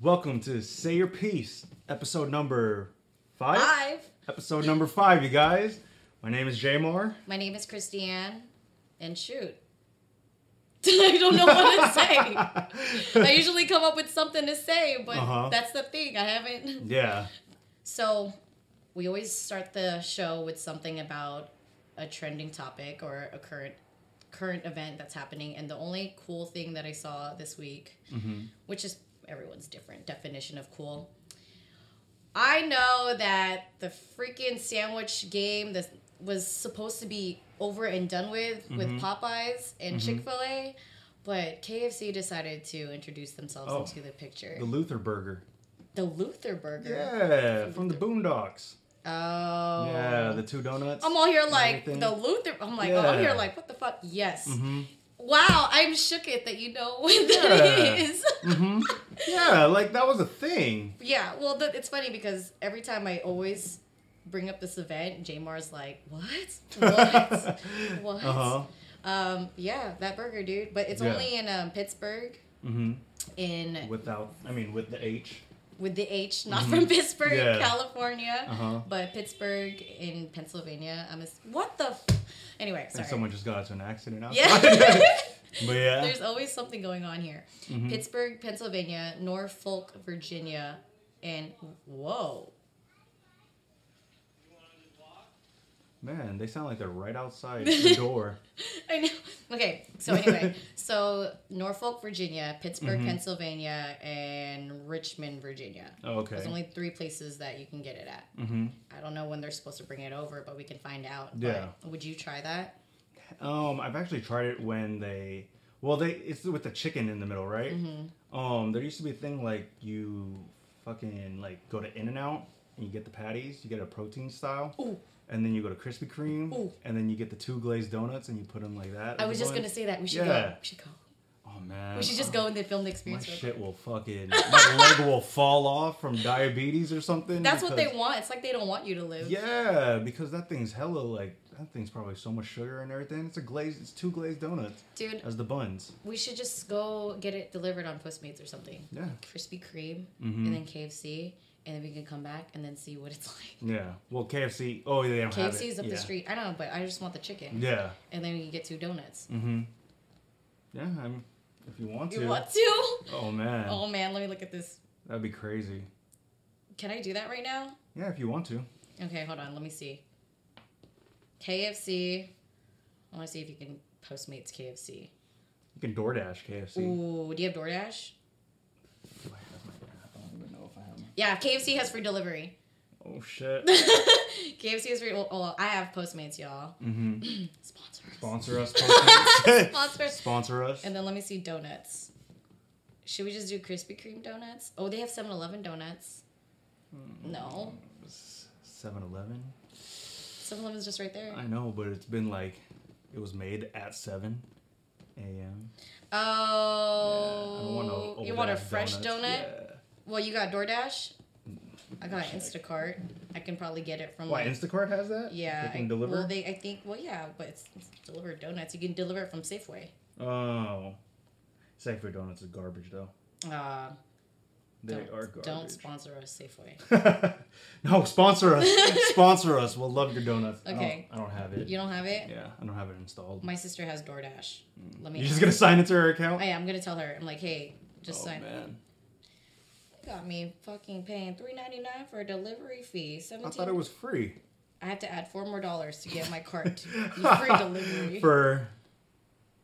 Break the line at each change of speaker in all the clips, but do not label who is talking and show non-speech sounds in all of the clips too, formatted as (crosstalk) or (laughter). Welcome to Say Your Piece, episode number five.
Five.
Episode number five, you guys. My name is Jay Moore.
My name is Christiane, and shoot, (laughs) I don't know what to say. I usually come up with something to say, but
Uh-huh.
that's the thing. I haven't.
yeah.
So, we always start the show with something about a trending topic or a current current event that's happening. And the only cool thing that I saw this week,
Mm-hmm.
which is everyone's different definition of cool. I know that the freaking sandwich game that was supposed to be over and done with with
Mm-hmm.
Popeyes and Chick Fil A, but KFC decided to introduce themselves
Oh.
into the picture.
The Luther Burger.
The Luther Burger.
Yeah, from the Boondocks.
Oh.
Yeah, the two donuts.
I'm all here like
Everything.
the Luther. I'm like,
Yeah. Mm-hmm.
I'm here like, what the fuck? Yes. Wow, I'm shook it that you know (laughs) what
Yeah.
that is.
Mm-hmm. yeah, like that was a thing.
yeah. Well, the, it's funny because every time I always bring up this event, Jamar's like, what?
(laughs)
What? what?
Uh huh.
Um, yeah, that burger, dude. But it's
Yeah.
only in um, Pittsburgh.
Mm-hmm.
In
Without, I mean, with the H.
with the H, not from Pittsburgh,
mm-hmm. Yeah.
California,
Uh-huh.
but Pittsburgh in Pennsylvania. I'm a, what the, f- anyway.
And
Sorry.
someone just got into an accident outside.
(laughs) yeah.
but (laughs) yeah. Mm-hmm.
There's always something going on here. Pittsburgh, Pennsylvania, Norfolk, Virginia, and whoa.
Man, they sound like they're right
(laughs)
outside the door.
I know. (laughs) Okay, so
(laughs)
anyway, so Norfolk, Virginia, Pittsburgh,
Mm-hmm.
Pennsylvania, and Richmond, Virginia.
Oh, okay.
There's only three places that you can get it at.
Mm-hmm.
I don't know when they're supposed to bring it over, but we can find out.
Yeah.
But would you try that?
Um, I've actually tried it when they well they it's with the chicken in the middle, right?
Mm-hmm.
Um, there used to be a thing like you fucking like go to In and Out and you get the patties, you get a protein style,
Ooh.
and then you go to Krispy Kreme,
Ooh.
and then you get the two glazed donuts and you put them like that.
I was just
Everyone-
gonna say that we should go.
Yeah.
We should go.
Oh man,
We should just
Oh,
go and then film the
My
experience. real quick.
shit will fucking my (laughs) leg will fall off from diabetes or something.
That's what they
because-
want. It's like they don't want you to live.
Yeah, because that thing's hella like that thing's probably so much sugar and everything. It's a glazed, it's two glazed donuts
Dude,
as the buns.
We should just go get it delivered on Postmates or something.
Yeah.
Krispy Kreme
Mm-hmm. Mm.
and then KFC, and then we can come back and then see what it's (laughs) like.
Yeah. Well, KFC. Oh, they don't have it.
KFC's up
yeah.
the street. I know, but I just want the chicken,
Yeah.
and then we can get two donuts.
Mm-hmm. Yeah. I mean, if you want to.
You want to?
Oh man,
Oh man, let me look at this.
that'd be crazy.
Can I do that right now?
Yeah, if you want to.
Okay, hold on. Let me see. KFC. I want to see if you can Postmates KFC.
You can DoorDash KFC.
Ooh, do you have DoorDash?
Do I have my app? I don't even know if I have. my-
Yeah, KFC has free delivery.
Oh
(laughs)
shit.
KFC has free. Well, well, I have Postmates, y'all.
mm-hmm.
Sponsor. us.
Sponsor
(laughs)
us. Postmates.
Sponsor.
Sponsor us.
And then let me see donuts. Should we just do Krispy Kreme donuts? Oh, they have 7 Eleven donuts.
Hmm.
No.
7-Eleven.
7 Eleven's just right there.
I know, but it's been like, it was made at seven a.m. I don't want
Oh.
no
you
old
want a
ass
fresh
donuts.
donut?
Yeah.
Well, you got DoorDash? I got Instacart. I can probably get it from
Why
like,
Instacart has that?
Yeah.
They can
I,
deliver.
Well, they, I think, well, yeah, but it's, it's delivered donuts. You can deliver it from Safeway.
Oh. Safer Donuts is garbage though.
Uh,
They
don't,
are garbage.
Don't sponsor us, Safeway.
(laughs) no, sponsor
(laughs)
us. sponsor us. We'll love your donuts.
Okay.
I don't, I don't have it.
You don't have
(laughs)
it?
yeah, I don't have it installed.
My sister has DoorDash. Let me.
Mm. You're just gonna sign into her account?
I am gonna tell her. I'm like, hey, just
oh,
sign.
man.
Got me fucking paying three ninety nine for a delivery fee.
I
Seventeen.
thought it was free.
I have to add four more dollars to get my
(laughs)
cart to be free delivery for,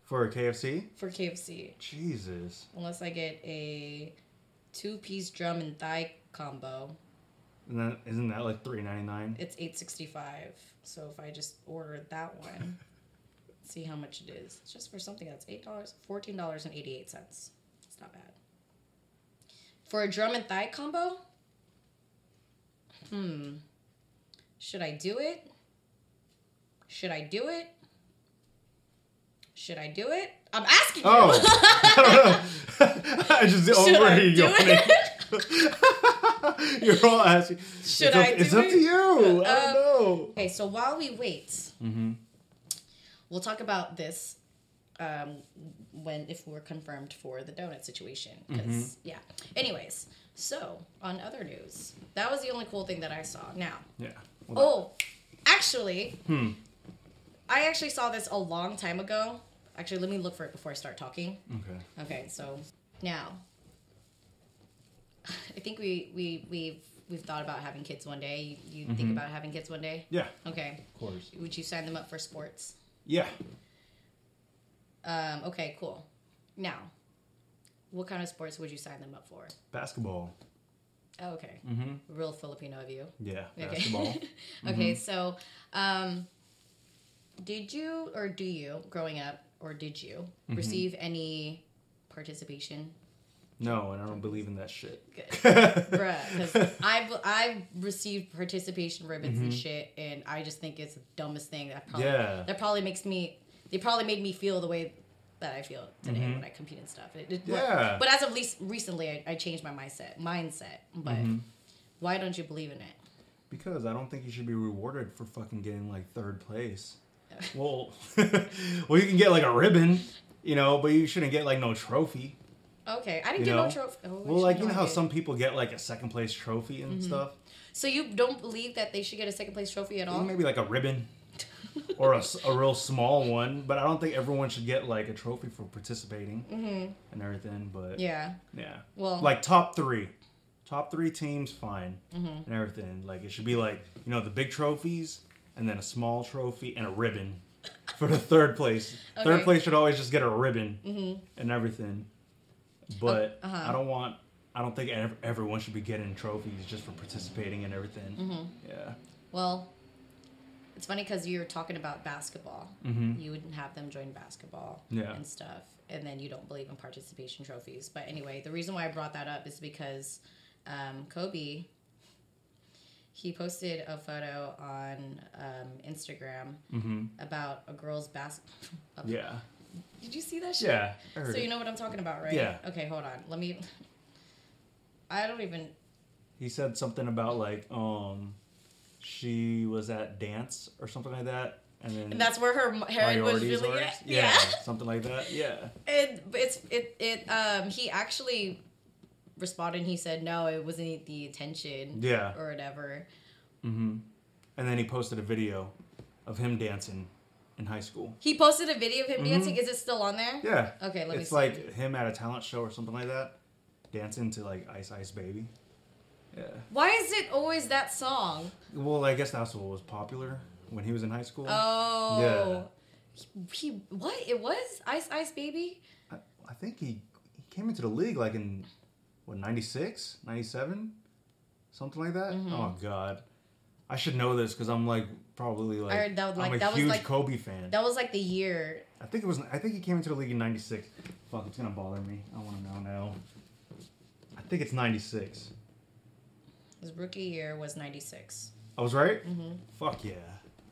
for for KFC?
KFC,
Jesus.
unless I get a two piece drum and thigh combo.
And then isn't that like three ninety nine?
It's eight sixty five. So if I just order that
(laughs)
one, see how much it is. It's just for something that's eight dollars, fourteen dollars and eighty eight cents. It's not bad. For a drum and thigh combo. Hmm. Should I do it? Should I do it? Should I do it? I'm asking you.
Oh I don't know. (laughs) I just
(laughs) Should
over
I
here
do
yawning. (laughs) You're all asking.
(laughs) Should
it's
I
up,
do
It's up
it?
to you. I
Um,
don't know.
Okay, so while we wait,
Mm-hmm.
we'll talk about this um, when if we're confirmed for the donut situation. Because yeah. Anyways, So, on other news, that was the only cool thing that I saw. Now,
Yeah. Well,
oh, actually, I actually saw this a long time ago. Actually, let me look for it before I start talking.
Okay.
Okay, so now I think we we we've we've thought about having kids one day. You, you think about having kids one day?
Yeah.
Okay.
Of course.
Would you sign them up for sports?
Yeah.
Um, okay, cool. Now, what kind of sports would you sign them up for?
Basketball.
Oh, okay.
Mm-hmm.
Real Filipino of you.
Yeah.
Okay.
(laughs) Basketball.
(laughs)
Mm-hmm.
Okay, so um, did you or do you growing up or did you
Mm-hmm.
receive any participation?
no, and I don't believe in that shit. (laughs)
Good. Bruh, because I've I've received participation ribbons and shit, and I just think it's the dumbest thing. That probably
Mm-hmm. Yeah.
that probably makes me. They probably made me feel the way that I feel today when I compete and stuff. It, it-
Mm-hmm. Yeah.
But as of least recently, I, I changed my mindset. Mindset. But
Mm-hmm.
why don't you believe in it?
Because I don't think you should be rewarded for fucking getting like third place. Well, (laughs) well, you can get like a ribbon, you know, but you shouldn't get like no trophy.
Okay, I didn't
You
get
know?
no trophy. Oh,
Well, like you know how
some.
some people get Mm-hmm. like a second place trophy and stuff.
So you don't believe that they should get a second place trophy at all?
Maybe like a ribbon or a, s- a real small one, but I don't think everyone should get like a trophy for participating and everything. But
Mm-hmm. Yeah.
yeah.
Well,
like top three top three teams fine
Mm-hmm.
and everything like it should be like you know the big trophies and then a small trophy and a ribbon for the third place third
Okay. Mm-hmm.
place should always just get a ribbon and everything but
Oh, uh-huh.
i don't want i don't think ev- everyone should be getting trophies just for participating and everything
Mm-hmm.
yeah
well, it's funny because you were talking about basketball.
Mhm.
You wouldn't have them join basketball
Yeah.
and stuff, and then you don't believe in participation trophies. But anyway, the reason why I brought that up is because um, Kobe. He posted a photo on um, Instagram
mm-hmm.
about a girl's (laughs) basketball.
yeah
Did you see that shit?
yeah I heard
So you
it.
know what I'm talking about, right?
Yeah.
Okay, hold on. Let me. (laughs) I don't even.
he said something about like um she was at dance or something like that and then
And that's where her m- head was
priorities
really
are.
at.
Yeah,
Yeah. (laughs)
something like that. Yeah.
It, but it's it it um he actually responded and he said no it wasn't the attention
Yeah.
or whatever.
hmm And then he posted a video of him dancing in high school.
He posted a video of him dancing. Is it still on there?
Mm-hmm. Yeah.
Okay, let me
it's
see.
like him at a talent show or something like that, dancing to like Ice Ice Baby. Yeah.
Why is it always that song?
Well, I guess that's what was popular when he was in high school.
Oh.
Yeah.
He, he what it was Ice Ice Baby?
I, I think he, he came into the league like in what 96, 97, something like that.
Mm-hmm.
Oh God. I should know this because I'm like probably like,
heard that was, like-
I'm a
that was,
huge
like-
Kobe fan.
That was like the year.
I think it was. I think he came into the league in '96. Fuck, it's gonna bother me. I want to know now. I think it's '96.
His rookie year was '96.
I was right.
Mm-hmm.
Fuck yeah.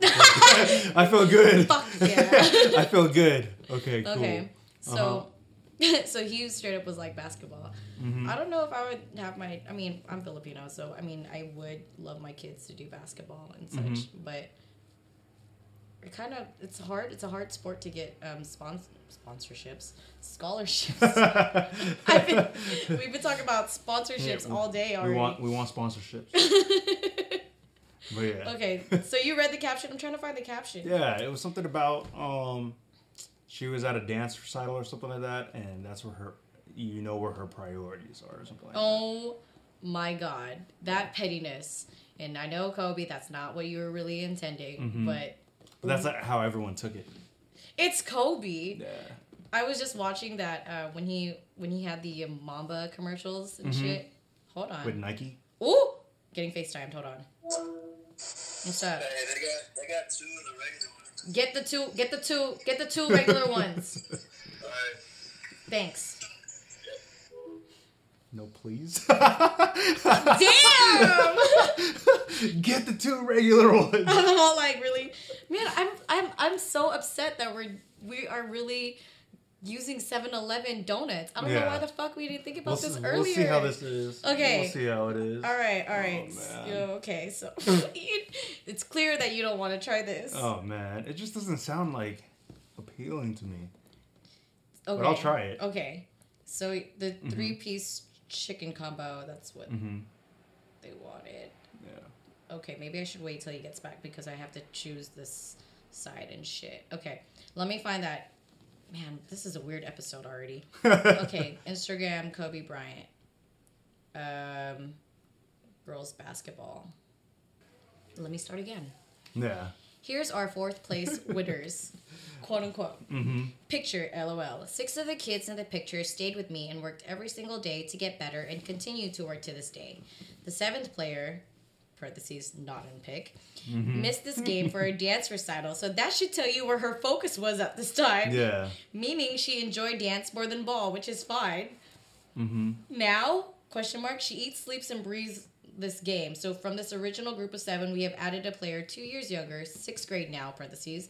(laughs) I feel good.
(laughs) Fuck yeah.
(laughs) I feel good. Okay, cool.
Okay. So,
Uh-huh.
(laughs) so he straight up was like basketball.
Mm-hmm.
I don't know if I would have my. I mean, I'm Filipino, so I mean, I would love my kids to do basketball and such,
Mm-hmm.
but it kind of it's hard. It's a hard sport to get um, spons- sponsorships,
(laughs)
scholarships. I've been, we've been talking about sponsorships
Yeah, we-
all day
we
already.
want we want
(laughs)
sponsorships. but yeah.
okay, so you read the caption. I'm trying to find the caption.
Yeah, it was something about um, she was at a dance recital or something like that, and that's where her, you know, where her priorities are or something like that.
Oh my god, that pettiness. And I know Kobe, that's not what you were really intending,
Mm-hmm.
but
But that's not how everyone took it.
it's Kobe.
Yeah.
I was just watching that uh, when he when he had the Mamba commercials and
Mm-hmm.
shit. Hold on.
With Nike.
Ooh, getting FaceTimed. Hold on. What's up?
Hey, they got they got two of the regular ones.
Get the two. Get the two. Get the two
(laughs)
regular ones.
All right.
Thanks.
No, please.
Damn.
(laughs) Get the two regular ones.
I'm all like really, man. I'm I'm I'm so upset that we're we are really using 7-Eleven donuts. I don't know
Yeah.
why the fuck we didn't think about
We'll,
this
s-
earlier.
we'll see how this is.
Okay.
We'll see how it is.
All right, all right.
Oh,
S-
man.
you- okay, so
(laughs)
(laughs) you- it's clear that you don't want to try this.
Oh man, it just doesn't sound like appealing to me.
okay,
I'll try it.
Okay, so the three piece chicken combo. That's what
Mm-hmm.
they wanted.
Yeah.
Okay, maybe I should wait till he gets back because I have to choose this side and shit. Okay, let me find that. Man, this is a weird
(laughs)
episode already. okay, Instagram Kobe Bryant. Um, girls basketball. Let me start again.
Yeah.
Here's our
(laughs)
fourth place winners, quote unquote.
Mm-hmm.
Picture, lol. Six of the kids in the picture stayed with me and worked every single day to get better and continue to work to this day. The seventh player, parentheses, not in pick,
Mm-hmm.
missed this game for a dance recital, so that should tell you where her focus was at this time.
Yeah.
Meaning she enjoyed dance more than ball, which is fine.
Mm-hmm.
Now, question mark, she eats, sleeps, and breathes this game. So from this original group of seven, we have added a player two years younger, sixth grade now, parentheses,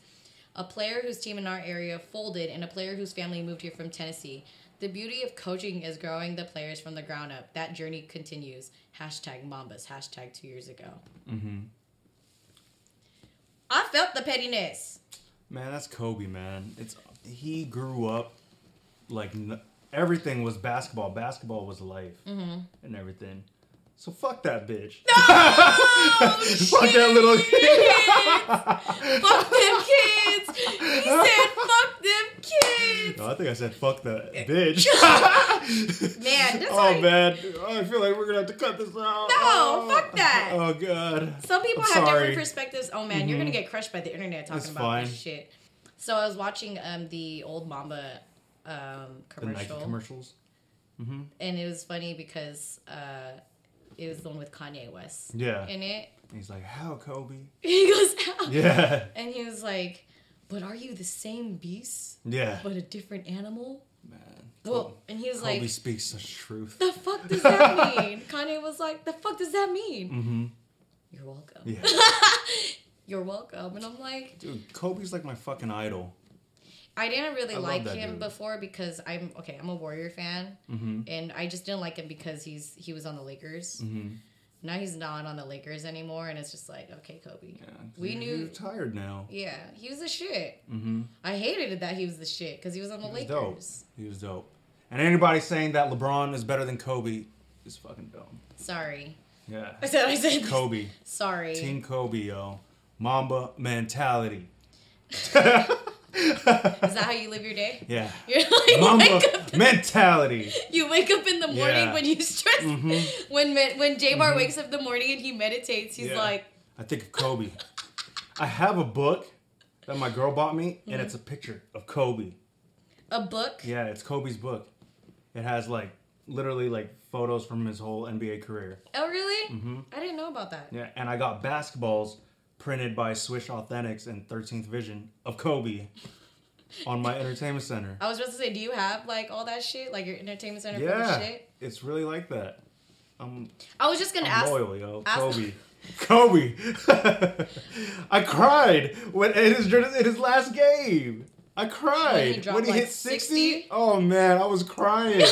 a player whose team in our area folded, and a player whose family moved here from Tennessee. The beauty of coaching is growing the players from the ground up. That journey continues. Hashtag Mambas. Hashtag two years ago.
Mm-hmm.
I felt the pettiness.
Man, that's Kobe, man. It's he grew up like n- everything was basketball. Basketball was life
Mm-hmm.
and everything. So fuck that bitch. (laughs) fuck that little (laughs)
Fuck them kids. He said, fuck them kids.
No, I think I said fuck
(laughs)
that bitch. (laughs)
Man, that's
oh
like-
man, Oh, I feel like we're gonna have to cut this out. No, oh,
fuck that.
(laughs) Oh god.
Some people
I'm
have
sorry. Mm-hmm.
different perspectives. Oh man, you're gonna get crushed by the internet talking
It's
about
fine.
this shit. So I was watching um the old Mamba um
The Nike
commercial,
commercials.
and it was funny because uh it was the one with Kanye West
Yeah.
in it. (laughs)
And he's like, how Kobe?
He goes out,
Yeah. (laughs)
and he was like, "But are you the same beast,
Yeah.
but a different animal?"
Man.
Well, and he was
Kobe
like,
speaks such truth.
"The fuck
(laughs)
does that mean?" Kanye was like, "The fuck does that mean?"
Mm-hmm.
You're welcome. (laughs)
Yeah.
You're welcome. And I'm like,
Dude, Kobe's like my fucking idol.
I didn't really
I love
like
that
him
dude.
before because I'm okay. I'm a Warrior fan,
Mm-hmm.
and I just didn't like him because he's he was on the Lakers.
Mm-hmm.
Now he's not on the Lakers anymore, and it's just like okay, Kobe.
Yeah,
We
you're
knew-
tired now.
Yeah, he was the shit.
Mm-hmm.
I hated it that he was the shit because he was on the
He was dope.
Lakers.
He was dope. And anybody saying that LeBron is better than Kobe is fucking dumb.
Sorry,
Yeah.
I said I said
Kobe.
Sorry.
Team Kobe, yo. Mamba (laughs) mentality.
Is that how you live your day? (laughs)
Yeah.
You're
(laughs)
like (laughs)
Mamba
wake up,
mentality.
you wake up in the morning
Yeah.
when you stress.
Mhm.
When med- when J Bar wakes up in the morning and he meditates, he's
Yeah.
like,
I think of Kobe. I have a book that my girl bought me, and it's a picture of Kobe.
a book.
Yeah, it's Kobe's book. It has like literally like photos from his whole NBA career.
Oh
Mm.
really? I didn't know about that.
Yeah, and I got basketballs printed by Swish Authentics and 13th Vision of Kobe on my entertainment center.
I was about to say, do you have like all that shit, like your entertainment center full
Yeah,
of shit?
it's really like that. Um, I'm,
I was just gonna
I'm
ask.
loyal, yo.
ask-
Kobe. Kobe. (laughs) I cried when in his, in his last game. I cried
When he
when he,
dropped, like,
hit 60?
60?
Oh man, I was
(laughs)
crying.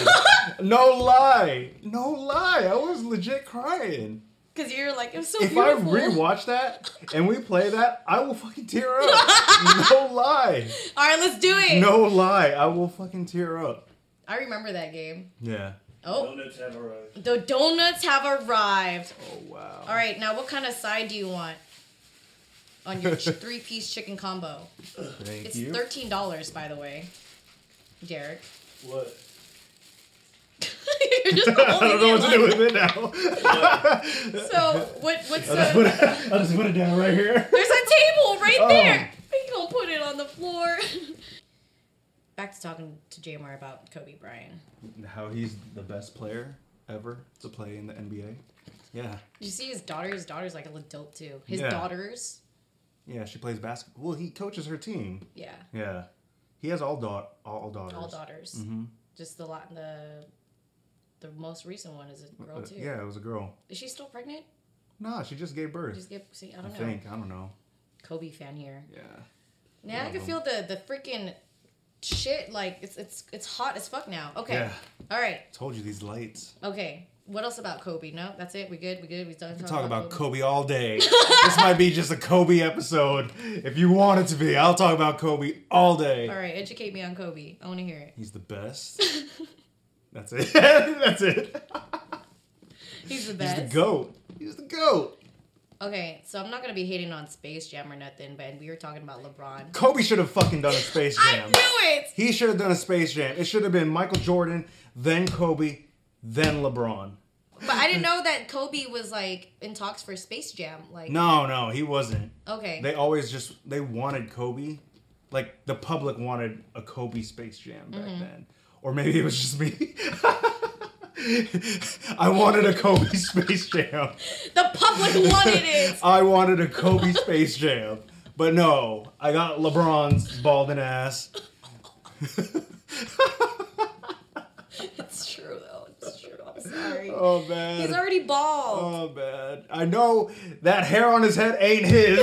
no lie. No lie. I was legit crying.
Cause you're like, I'm so
if I
beautiful.
rewatch that and we play that, I will fucking tear
(laughs)
up. no lie.
all right, let's do it.
No lie. I will fucking tear up.
I remember that game.
Yeah.
Oh,
Donuts have arrived.
the donuts have arrived.
Oh wow.
All right, now what kind of side do you want on
(laughs)
your ch- three-piece chicken combo?
Thank
It's
you.
thirteen dollars, by the way, Derek.
What?
(laughs) you're
(laughs)
just
(laughs) I don't know what to do
holding it
with it now.
(laughs) like- So what? What's
I'll, just put
the?
it, (laughs) I'll just put it down right here.
There's a table right
Oh.
there. We gonna put it on the floor. (laughs) Back to talking to JMR about Kobe Bryant.
How he's the best player ever to play in the NBA. Yeah.
Did you see his daughter? His daughter's like a little dope too. His
Yeah.
daughters,
Yeah, she plays basketball. Well, he coaches her team.
yeah,
Yeah. He has all da- all daughters.
all daughters.
Mhm.
Just the lot, the the most recent one is a girl
Uh,
too.
yeah, it was a girl.
Is she still pregnant?
Nah, she just gave birth.
Just get, see, I
I
don't know.
think. I don't know.
Kobe fan here.
Yeah.
Now I
Love
can
him.
feel the the freaking shit. Like it's it's it's hot as fuck now. Okay.
Yeah.
All right.
Told you these lights.
Okay. What else about Kobe? No, that's it. We good. We good. We done.
We
talking
talk about Kobe all day. this might be just a Kobe episode. If you want it to be, I'll talk about Kobe all day.
All right. Educate me on Kobe. I want to hear it.
He's the best. That's it. (laughs) That's it.
He's
He's
the best.
the goat. He's the goat.
Okay, so I'm not gonna be hating on Space Jam or nothing, but we were talking about LeBron.
Kobe should have fucking done a Space
I
Jam.
knew it.
He should have done a Space Jam. It should have been Michael Jordan, then Kobe, then LeBron.
But I didn't know that Kobe was like in talks for Space Jam. Like,
No, no, he wasn't.
okay,
They always just they wanted Kobe. Like the public wanted a Kobe Space Jam back
Mm-hmm.
then. Or maybe it was just me. (laughs) I wanted a Kobe (laughs) Space Jam.
the public wanted it.
(laughs) I wanted a Kobe Space Jam. But no, I got LeBron's balding ass.
It's true though. It's true.
(laughs)
I'm sorry.
Oh man.
He's already bald.
Oh man, I know that hair on his head ain't
(laughs)
his.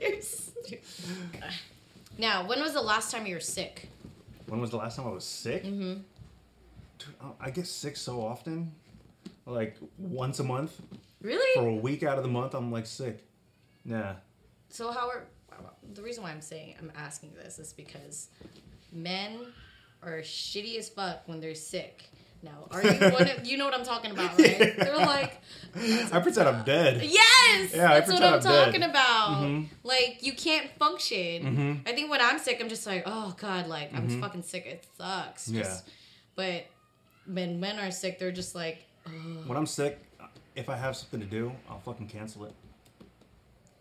You're stupid. now, when was the last time you were sick?
when was the last time I was sick? Mm-hmm. Dude, I- I get sick so often, like once a month for
Really?
a week out of the month. I'm like sick. Nah.
So how are the reason why I'm saying I'm asking this is because men are shitty as fuck when they're sick. Now, are you one of you know what I'm talking about,
(laughs)
right? They're like,
I pretend I'm dead.
yes,
Yeah, I
that's what
pretend
I'm
I'm dead. Mm-hmm.
talking about. Like you can't function. I think when I'm sick, I'm just like, oh god, like I'm fucking sick. It sucks. Just,
Mm-hmm. Yeah.
But when men are sick, they're just like,
When I'm sick, if I have something to do, I'll fucking cancel it.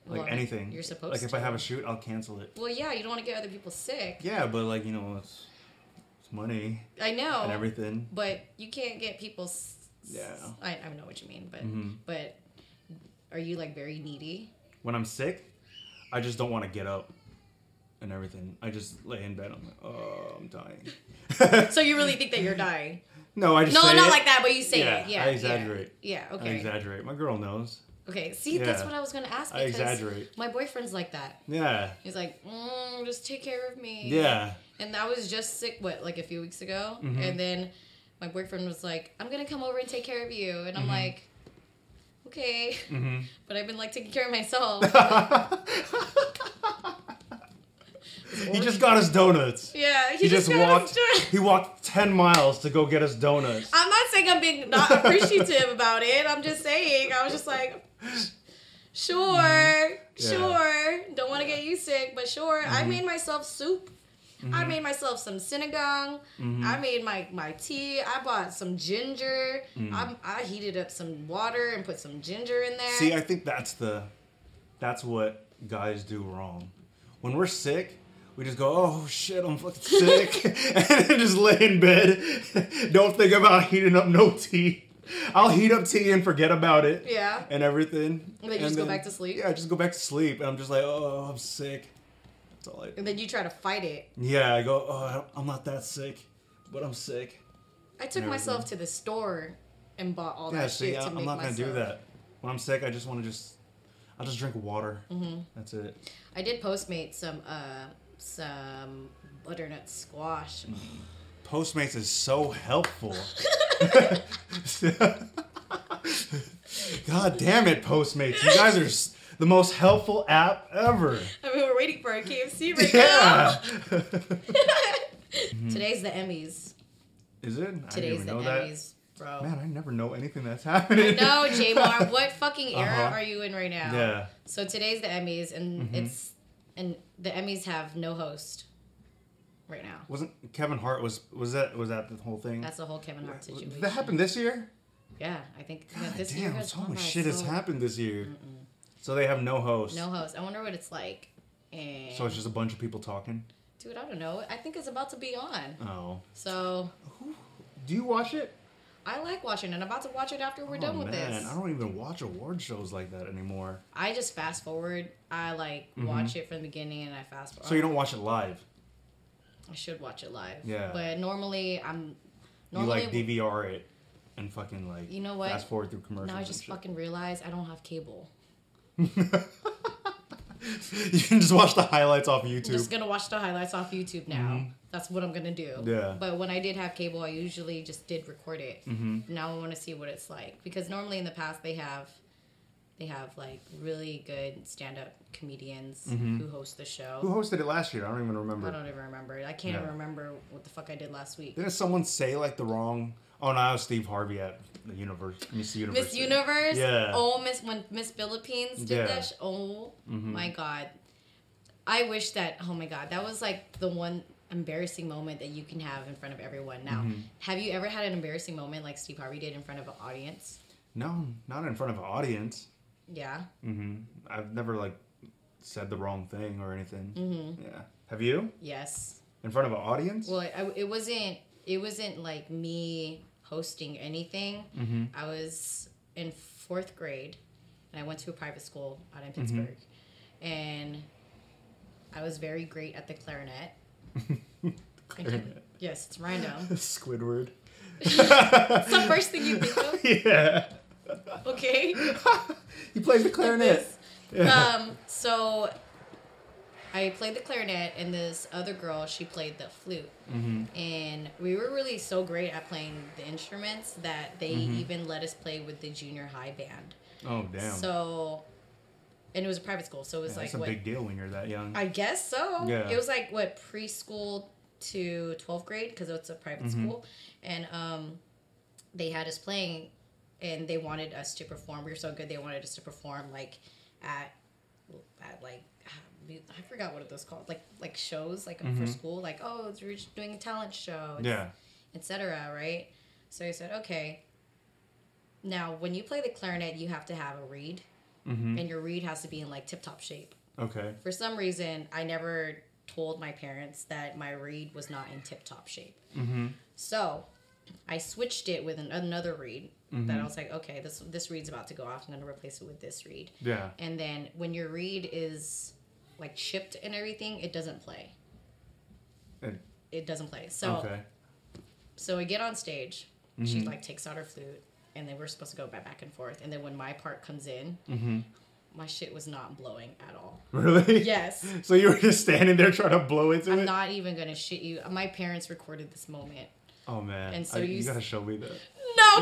Like
Well,
anything.
you're supposed
Like if
to.
I have a shoot, I'll cancel it.
well, yeah, you don't want to get other people sick.
Yeah, but like you know, it's, it's money
I know.
and everything.
but you can't get people. S-
Yeah.
s- I, I know what you mean, but
Mhm.
but are you like very needy?
when I'm sick, I just don't want to get up and everything. I just lay in bed. I'm like, oh, I'm dying. (laughs)
So you really think that you're dying?
no, I just
No,
say
not
it.
like that, but you say
Yeah,
it. Yeah,
I
yeah.
exaggerate.
Yeah.
I
okay.
exaggerate. My girl knows.
Okay. See, that's
Yeah.
what I was gonna ask.
I
Because
exaggerate.
My boyfriend's like that.
Yeah,
He's like, mm, just take care of me.
yeah.
And I was just sick. What, like a few weeks ago?
Mm-hmm.
And then my boyfriend was like, I'm gonna come over and take care of you. And
Mm-hmm.
I'm like, okay. (laughs)
hmm
But I've been like taking care of myself.
(laughs) Mm-hmm.
(laughs)
he just got us donuts.
yeah.
He, just,
got
walked.
us to-
He walked ten miles to go get us donuts.
I'm not saying I'm being not appreciative (laughs) about it. I'm just saying I was just like, sure, sure. Don't want to get you sick, but sure.
Mm-hmm.
I made myself soup. I made myself some sinigang.
Mm-hmm.
I made my, my tea. I bought some ginger.
Mm.
I'm, I heated up some water and put some ginger in there.
See, I think that's the that's what guys do wrong. When we're sick, we just go, "Oh shit, I'm
(laughs)
fucking sick," (laughs) and then just lay in bed. (laughs) Don't think about heating up no tea. I'll heat up tea and forget about it.
Yeah.
And everything.
And then you just go back to sleep?
Yeah, I just go back to sleep, and I'm just like, "Oh, I'm sick." That's all I.
and then you try to fight it.
Yeah, I go, "Oh, I don't- I'm not that sick, but I'm sick."
I took
Never
myself to the store and bought all
Yeah,
that
see,
shit
I,
Oh, to make
I'm not gonna
myself.
do that. When I'm sick, I just want to just, I'll just drink water.
Mm-hmm.
That's it.
I did Postmate some uh some butternut squash.
Postmates is so
(laughs)
helpful. God damn it, Postmates. You guys are s- the most helpful app ever.
I mean, we're waiting for our KFC
(laughs)
right
Yeah.
(laughs) now. Today's the Emmys.
Is it? Mm-hmm. I didn't
Today's
even
the
know that.
Emmys, bro.
Man, I never know anything that's happening. (laughs)
No, Jamar, what fucking era
Uh-huh.
are you in right now?
Yeah. Mm-hmm.
So today's the Emmys, and it's and the Emmys have no host right now.
Wasn't Kevin Hart was was that was that the whole thing?
That's the whole Kevin Hart situation.
Did that happened this year?
Yeah, I think yeah,
God
this year
damn,
has
so
gone
much
by
shit has
so-
happened this year. So they have no host.
No host. I wonder what it's like. And
So it's just a bunch of people talking.
dude, I don't know. I think it's about to be on.
Oh.
So
Do you watch it?
I like watching it. I'm about to watch it after we're done with this.
Oh, I don't even watch award shows like that anymore.
I just fast forward. I like watch it from the beginning and I fast forward.
Mm-hmm. So you don't watch it live.
I should watch it live.
Yeah.
But normally I'm
You
normally
like DVR it and fucking like
You know what?
fast forward through commercials.
now I
and
just
shit.
fucking realize I don't have cable.
(laughs) you can just watch the highlights off
I'm just
YouTube. Mm-hmm.
gonna watch the highlights off YouTube now. That's what I'm gonna do.
Yeah.
But when I did have cable, I usually just did record it. Mm-hmm. Now I want to see what it's like because normally in the past they have They have like really good stand up comedians who host the
Mm-hmm. Who
show.
hosted it last year? I don't even remember.
I don't even remember. I can't
Yeah.
even remember what the fuck I did last week.
Didn't someone say like the wrong? Oh no, I was Steve Harvey at the universe, Miss Universe.
Miss Universe.
Yeah.
Oh, Miss when Miss Philippines did
Yeah. Mm-hmm.
that. Sh- oh my God. I wish that. Oh my God, that was like the one embarrassing moment that you can have in front of everyone. Now,
Mm-hmm.
have you ever had an embarrassing moment like Steve Harvey did in front of an audience?
No, not in front of an audience.
Yeah.
hmm I've never like said the wrong thing or anything. Mm-hmm. Yeah. Have you
Yes.
in front of an audience?
Well, I, it wasn't. It wasn't like me hosting anything. I was in fourth grade, and I went to a private school out in Pittsburgh, and I was very great at the clarinet. I can't- yes, it's
(laughs)
random. (laughs)
Squidward.
It's the first thing you think
(laughs)
of.
yeah.
Okay.
He plays the clarinet. Yeah.
Um. So. I played the clarinet, and this other girl, she played the flute.
hmm
and we were really so great at playing the instruments that they even let us play with the junior high band.
Oh damn.
So, and it was a private school, so it was
Yeah,
like
that's a
what
big deal when you're that young.
I guess so.
Yeah.
It was like what preschool to 12th grade because it's a private
Mm-hmm.
school, and um, they had us playing, and they wanted us to perform. We were so good, they wanted us to perform like at at like. ah, I forgot what it was called, like like shows, like for school, like oh, it's- we're just doing a talent show,
Mm-hmm.
It's-
yeah.
etc. Right? So I said, okay. Now, when you play the clarinet, you have to have a reed,
hmm
and your reed has to be in like tip top shape.
Okay.
For some reason, I never told my parents that my reed was not in tip top shape.
hmm
So I switched it with an, another reed
Mm-hmm.
that I was like, okay, this this reed's about to go off. I'm gonna replace it with this reed.
Yeah.
And then when your reed is like chipped and everything, it doesn't play.
And-
It doesn't play. So
okay. (laughs) Mm-hmm.
so I get on stage. She like takes out her flute, and then we're supposed to go back back and forth. And then when my part comes in,
Mm-hmm.
my shit was not blowing at all.
Really?
Yes,
So you were just standing there trying to blow into
I'm
it?
not even gonna shit you. My parents recorded this moment.
oh man.
And so
I-
you
you
s-
gotta show me that.
No,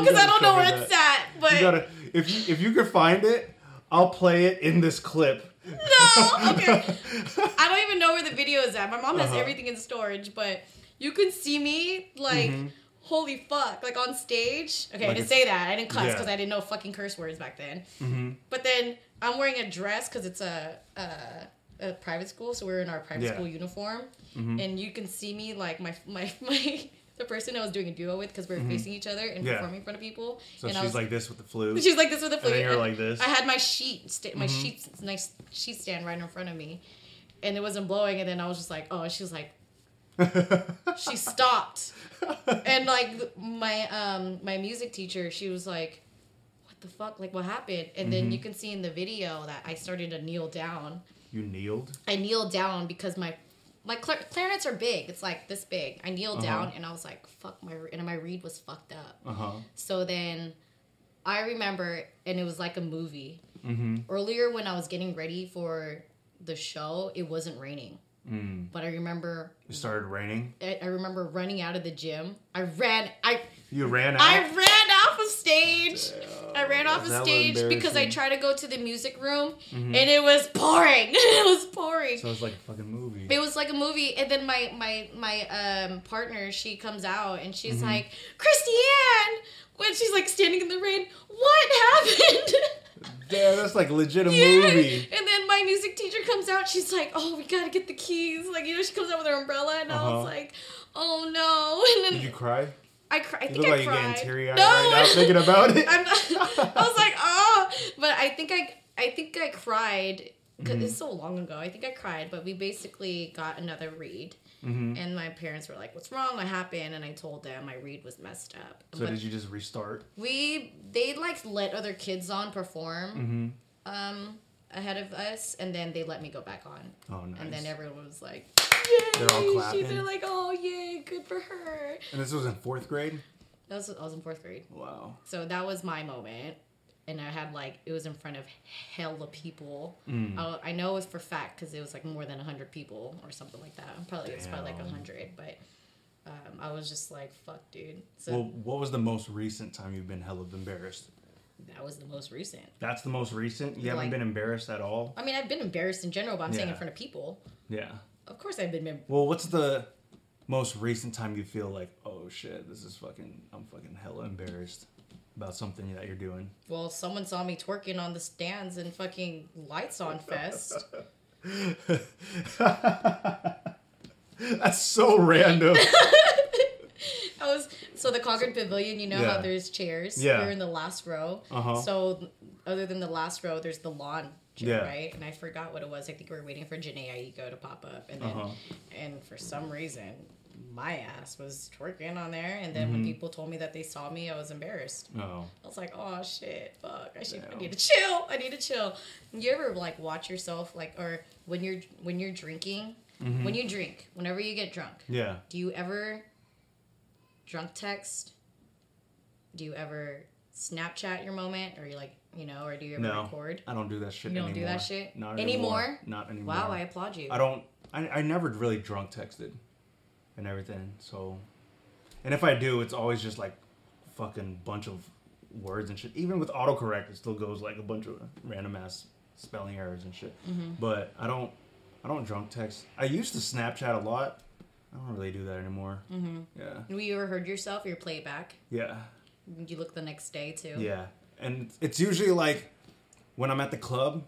You
because I
gotta
don't
show
know
me
where it's at. But
You gotta if you if you could find it, I'll play it in this clip.
no, okay. I don't even know where the video is at. My mom has
Uh-huh.
everything in storage, but you can see me like. Holy fuck! Like on stage. Okay, I
Mm-hmm. Like
didn't
it's-
say that. I didn't cuss
Yeah.
because I didn't know fucking curse words back then.
Mhm.
But then I'm wearing a dress because it's a, a a private school, so we're in our private
Yeah. Mm-hmm.
school uniform, and you can see me like my (laughs) my my the person I was doing a duo with because we were facing each other and
Mm-hmm. Yeah.
performing in front of people.
(laughs) So
and
she's
I was,
like this with the flute.
she's like this with a flute.
then you're like this. Mm-hmm.
I had my sheet, sta- my sheet, my sheet stand right in front of me, and it wasn't blowing. And then I was just like, oh, and she was
(laughs)
like, she stopped and like th- my um my music teacher she was like what the fuck like what happened and then you
Mm-hmm.
can see in the video that i started to kneel down
you kneeled.
i kneeled down because my my clar- clarinets are big it's like this big i
Uh-huh.
kneeled down and i was like fuck my re-, and my reed was fucked up
Uh huh.
so then i remember and it was like a movie
Mm-hmm.
earlier when i was getting ready for the show it wasn't raining
Mm.
but i remember
It started raining.
I I remember running out of the gym. I ran. I
You ran out.
I ran off of stage. I ran off
that
of
was
stage because I
embarrassing. Mm-hmm.
tried to go to the music room and it was pouring. (laughs) it was pouring.
So it's like a fucking movie.
it was like a movie, and then my my my um partner she comes out and she's
Mm-hmm.
like, Christiane, when she's like standing in the rain, what happened?
Yeah, that's like legit a
(laughs) Yeah.
movie.
And then my music teacher comes out. She's like, "Oh, we gotta get the keys." Like you know, she comes out with her umbrella, and I was
Uh-huh.
like, "Oh no!" (laughs) And
Did
then
you cry?
I cry. I
You
think
look
I
like you're
cried.
getting teary eyed
no,
right now thinking
(laughs)
about it.
I'm,
(laughs)
(laughs) I was like, "Oh," but I think I I think I cried. because
Mm-hmm.
It's so long ago. I think I cried, but we basically got another read,
Mhm.
and my parents were like, "What's wrong? What happened?" And I told them my read was messed up.
So
but
did you just restart?
we they like let other kids on perform
Mm-hmm.
um ahead of us and then they let me go back on
Oh, nice.
and then everyone was like yay
They're all
She-
clapping.
they're like oh yay good for her
and this was in fourth grade.
that was, i was in fourth grade
Wow.
so that was my moment and i had like it was in front of hella people
Mm.
I, I know it was for fact because it was like more than 100 people or something like that probably it's probably like
Damn.
100 but um, i was just like fuck dude so
Well, what was the most recent time you've been hell of embarrassed?
that was the most recent.
That's the most recent. You haven't
Like-
been embarrassed at all.
I mean, I've been embarrassed in general, but I'm saying in
Yeah.
front of people.
Yeah.
Of course, I've been. em-
Well, what's the most recent time you feel like, oh shit, this is fucking, I'm fucking hella embarrassed about something that you're doing?
Well, someone saw me twerking on the stands and fucking lights on fest.
That's so (laughs) random.
I was so the Concord Pavilion. You know
Yeah.
how there's chairs.
Yeah.
We're in the last row.
Uh-huh.
So other than the last row, there's the lawn chair,
Yeah.
right? And I forgot what it was. I think we were waiting for Janae Aiko to pop up, and then
Uh-huh.
and for some reason, my ass was twerking on there. And then
Mm-hmm.
when people told me that they saw me, I was embarrassed.
oh.
I was like, oh shit, fuck, I, should, I
Damn.
need to chill. I need to chill. You ever like watch yourself like, or when you're when you're drinking,
Mm-hmm.
when you drink, whenever you get drunk,
Yeah.
do you ever drunk text? Do you ever Snapchat your moment, or you like, you know, or do you ever
No.
record?
I don't do that shit
You don't
anymore.
do that shit?
Not
Anymore?
anymore. Not anymore.
Wow, I applaud you.
I don't. I, I never really drunk texted, and everything. So, and if I do, it's always just like, fucking bunch of words and shit. Even with autocorrect, it still goes like a bunch of random ass spelling errors and shit. But I don't. I don't drunk text. I used to Snapchat a lot. I don't really do that anymore. Mm-hmm. Yeah.
Have you ever heard yourself? Your playback?
Yeah.
You look the next day too.
Yeah, and it's usually like when I'm at the club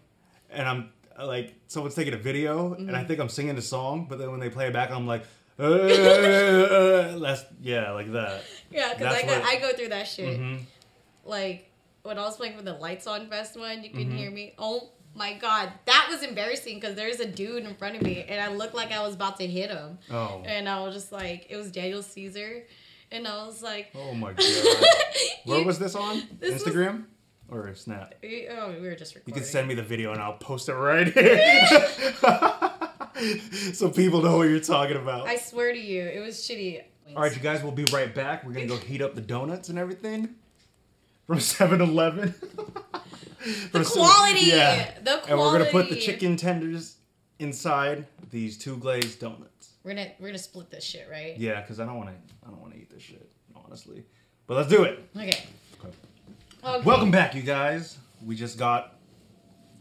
and I'm uh, like someone's taking a video and
Mm-hmm.
I think I'm singing a song, but then when they play it back, I'm like, (laughs) uh, uh, that's yeah, like that.
Yeah, because
That's
I go,
what-
I go through that shit.
Mhm.
Like when I was playing for the lights on fest one, you
Mm-hmm.
couldn't hear me. Oh my god, that was embarrassing because there's a dude in front of me and I looked like I was about to hit him,
Oh,
and I was just like, it was Daniel Caesar, and I was like,
oh my god.
(laughs)
Where
You-
was this on?
This was-
Instagram or Snap?
we- oh, we were just
You
recording.
can send me the video and I'll post it right here, (laughs) so people know what you're talking about.
I swear to you, it was shitty.
All right, you guys, we'll be right back. We're gonna go heat up the donuts and everything from 7 (laughs) Eleven. The
quality! The
And we're gonna put the
quality.
chicken tenders inside these two glazed donuts.
We're gonna we're gonna split this shit, right?
Yeah, because I don't wanna I don't wanna eat this shit, honestly. But let's do it.
Okay. okay.
Welcome back, you guys. We just got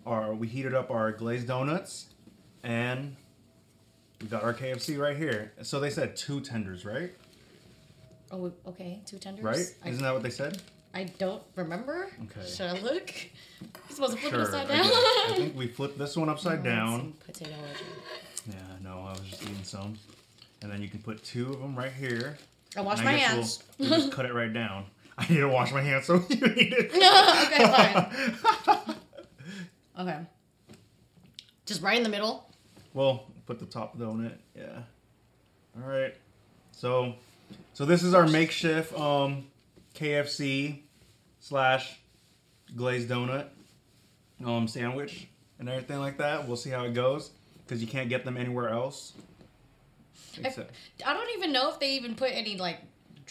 our we heated up our glazed donuts and we got our KFC right here. So they said two tenders, right?
Oh, okay. Two tenders.
Right?
I,
Isn't that what they said?
I don't remember.
Okay.
Should I look? (laughs) You're supposed to flip it
Sure. I,
upside down.
guess. I
(laughs)
think we flipped this one
Oh,
upside down.
Potato wedges.
Yeah, no, I was just eating some. And then you can put two of them right here.
I wash
And
my
I guess
hands.
We'll, we'll just cut it right down. (laughs) I need to wash my hands, so (laughs) you need it.
(laughs) okay, fine.
(laughs)
okay. Just right in the middle.
Well, put the top donut. Yeah. All right. So, so this is our makeshift um, KFC slash glazed donut um, sandwich and everything like that. We'll see how it goes because you can't get them anywhere else. Except-
I don't even know if they even put any like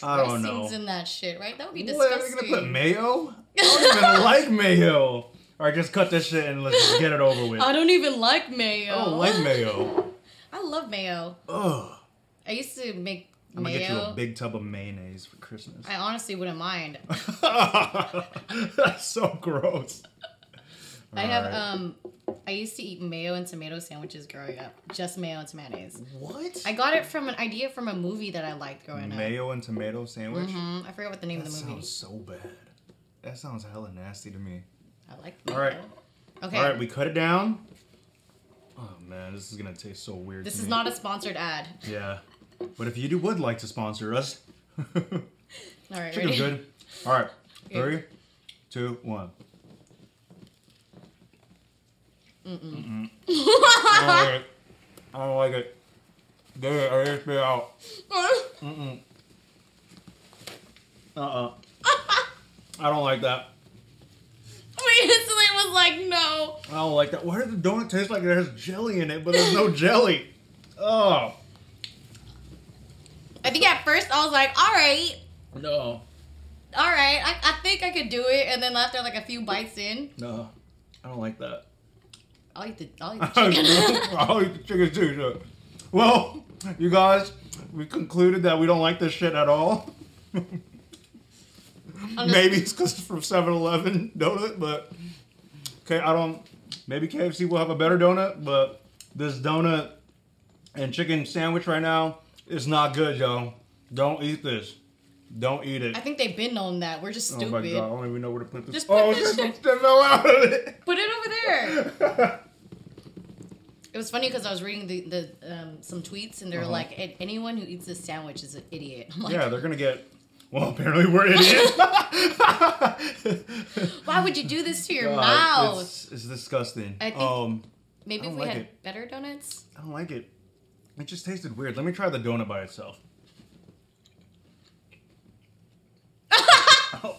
I don't
dressings
know.
in that shit, right? That would be
What, are they
disgusting.
gonna put
(laughs)
mayo? I don't even like mayo. All right, just cut this shit and let's just get it over with.
I
I
don't even like mayo.
don't like mayo.
(laughs) I love mayo.
Ugh.
I used to make
I'm gonna
mayo.
get you a big tub of mayonnaise for Christmas.
I honestly wouldn't mind.
(laughs) That's so gross.
I have
Alright.
um I used to eat mayo and tomato sandwiches growing up. Just mayo and mayonnaise.
what?
um, I got it from an idea from a movie that I liked growing up.
mayo and tomato sandwich.
Mhm, I forgot what the name
That
of the movie.
sounds so bad. That sounds hella nasty to me.
I liked mayo.
All right,
Okay.
all right, we cut it down. Oh man, this is gonna taste so weird.
this
to
is
me.
not a sponsored ad.
Yeah, but if you do would like to sponsor us, (laughs)
All right.
Chicken's
Ready?
good. All right,
Okay.
three, two,
(laughs)
one. Mm-mm. I
(laughs)
don't like it. I don't like it. Get it or just be out.
(laughs)
Mm-mm. Uh-uh. I don't like that.
We instantly was like, no.
I don't like that. Why does the donut taste like there's jelly in it, but there's no jelly? Oh.
I think at first I was like, all right,
No.
all right, I, I think I could do it. And then after like a few bites in,
No. I don't like that.
I'll eat the, I'll eat
(laughs)
the chicken.
I'll eat the chicken too. sure. Well, you guys, we concluded that we don't like this shit at all.
I'm
(laughs)
just-
Maybe
(laughs)
it's because it's from 7-Eleven donut, but okay, I don't. Maybe KFC will have a better donut, but this donut and chicken sandwich right now is not good, yo. Don't eat this. Don't eat it.
I think they've been on that. We're just
oh my
stupid.
god, I don't even know where to put this.
Just put
oh,
this
just
shit-
that fell out of it.
Put it over there. It was funny because I was reading the, the um, some tweets and they were
Uh-huh.
like, "An- anyone who eats this sandwich is an idiot. I'm like,
yeah, they're gonna get. Well, apparently
(laughs)
we're idiots.
why would you do this to
(laughs)
your
God,
mouth?
It's, it's disgusting.
I think-
um,
Maybe
I
if
don't
we
like
had
it.
better
(laughs)
donuts.
I don't like it. It just tasted weird. Let me try the donut by itself. oh.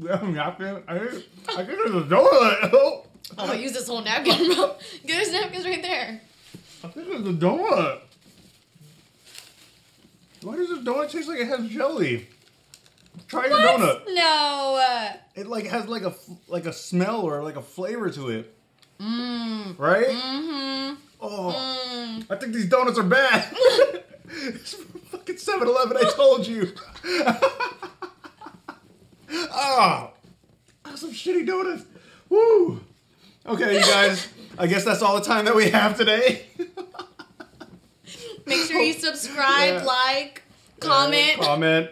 Yeah, I'm not feeling. I think I think it's a donut. (laughs) Oh,
Oh, use this whole napkin, bro. (laughs) Get his napkins right there.
I think it's a donut. Why does a donut taste like it has jelly? Try your
What?
donut.
No. uh,
It like has like a f- like a smell or like a flavor to it,
Mmm.
right?
Mm-hmm.
Oh.
Mm.
I think these donuts are bad. (laughs) it's from fucking 7 Eleven, I told you. (laughs) oh, that's some shitty donuts. Woo. Okay, you guys, I guess that's all the time that we have today.
Make sure
(laughs)
you subscribe,
Yeah.
like, comment,
Uh, (laughs) comment.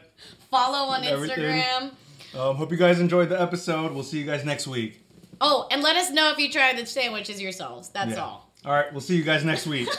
follow on
everything.
Instagram.
Um, hope you guys enjoyed the episode. We'll see you guys next week.
Oh, and let us know if you try the sandwiches yourselves. That's
Yeah.
all.
All right, we'll see you guys next week.